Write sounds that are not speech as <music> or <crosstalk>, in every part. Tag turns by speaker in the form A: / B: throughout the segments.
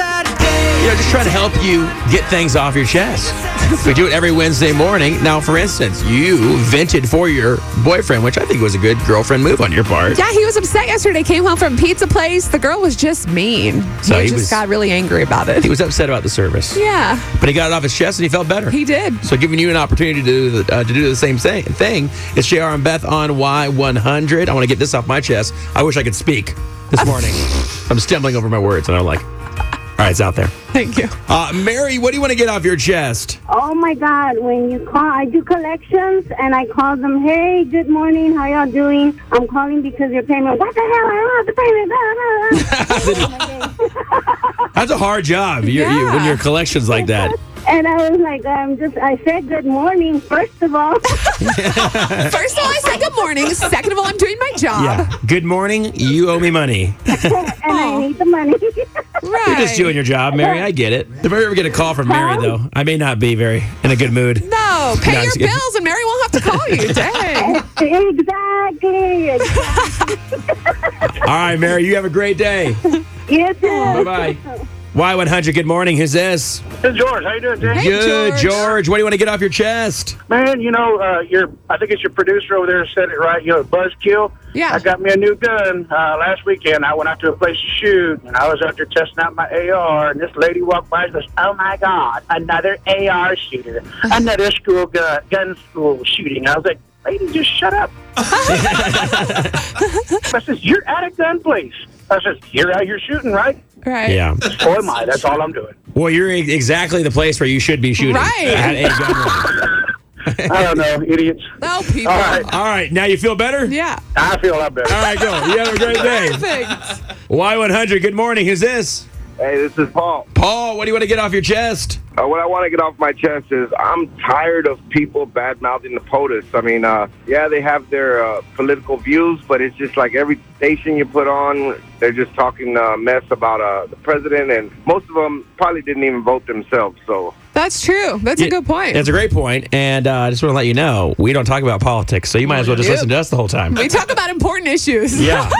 A: You know, just trying to help you get things off your chest. We do it every Wednesday morning. Now, for instance, you vented for your boyfriend, which I think was a good girlfriend move on your part.
B: Yeah, he was upset yesterday. Came home from pizza place. The girl was just mean.
A: So
B: he,
A: he
B: just
A: was-
B: got really angry about it.
A: He was upset about the service,
B: yeah,
A: but he got it off his chest and he felt better.
B: he did.
A: So, giving you an opportunity to do the, uh, to do the same sa- thing. It's Jr. and Beth on Y100. I want to get this off my chest. I wish I could speak this
B: <laughs>
A: morning. I'm stumbling over my words, and I'm like, all right, it's out there.
B: Thank you.
A: Uh, Mary, what do you want to get off your chest?
C: Oh my God! When you call, I do collections, and I call them. Hey, good morning. How y'all doing? I'm calling because your payment. What the hell? I don't have the payment. <laughs> Blah,
A: That's a hard job. You, you, when
B: Yeah.
A: your collections like that.
C: blah, blah. And I was like, I'm just. I said good morning first of all. <laughs>
B: First of all, I said good morning. Second of all, I'm doing my job.
A: Yeah. <laughs> Good morning. You owe me money.
C: and
B: Oh.
C: I need the money. <laughs>
B: Right.
A: You're just doing your job, Mary. I get it. If I ever get a call from Mary, though, I may not be very in a good mood.
B: no, pay
A: No, I'm
B: your
A: just kidding.
B: bills, and Mary won't have to call
A: <laughs>
B: you. Dang.
C: exactly.
A: All right, Mary. You have a great
B: <laughs>
A: day.
C: Yes.
A: Bye bye. Y100. Good morning. Who's this?
D: Hey, George, how you doing, Jay?
B: Hey,
A: Good, George.
B: George.
A: What do you want to get off your chest?
D: Man, you know, uh, your I think it's your producer over there said it right. You know, Buzzkill.
B: Yeah.
D: I got me a new gun uh, last weekend. I went out to a place to shoot, and I was out there testing out my AR. And this lady walked by and goes, "Oh my God, another AR shooter,
B: Uh-huh.
D: another school gun, gun school shooting." I was like, "Lady, just
B: <laughs>
D: shut up." I says, "You're at a gun place." I says, "You're out here shooting, right?"
B: Right.
A: Yeah.
D: Or am I? That's all I'm doing.
A: Well, you're e- exactly the place where you should be shooting.
B: Right.
A: At a gun range.
D: I don't know, idiots.
B: No people.
D: All right,
A: All right. Now you feel better?
B: Yeah.
D: I feel a lot better.
A: All right, go. You have a great
B: <laughs>
A: day.
B: Perfect.
A: Y100. Good morning. Who's this?
E: Hey, this is Paul.
A: Paul, what do you want to get off your chest?
E: Uh, what I want to get off my chest is I'm tired of people bad mouthing the POTUS. I mean, uh, yeah, they have their uh, political views, but it's just like every station you put on, they're just talking uh, mess about uh, the president, and most of them probably didn't even vote themselves. So
B: That's true. That's a
A: Yeah,
B: good point.
A: That's a great point, and uh, I just want to let you know we don't talk about politics, so you might as well just
B: Yep.
A: listen to us the whole time.
B: we talk about important issues.
A: <laughs>
B: <laughs>
A: Yeah,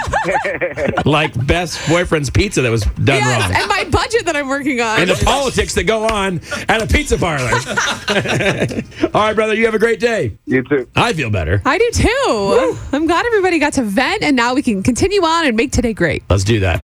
A: like best boyfriend's pizza that was done
B: Yes,
A: wrong,
B: and my budget that I'm working on.
A: and the politics that go on at a pizza parlor. <laughs> All right, brother, you have a great day.
E: you too.
A: I feel better.
B: I do too. I'm glad everybody got to vent, and now we can continue on and make today great.
A: Let's do that.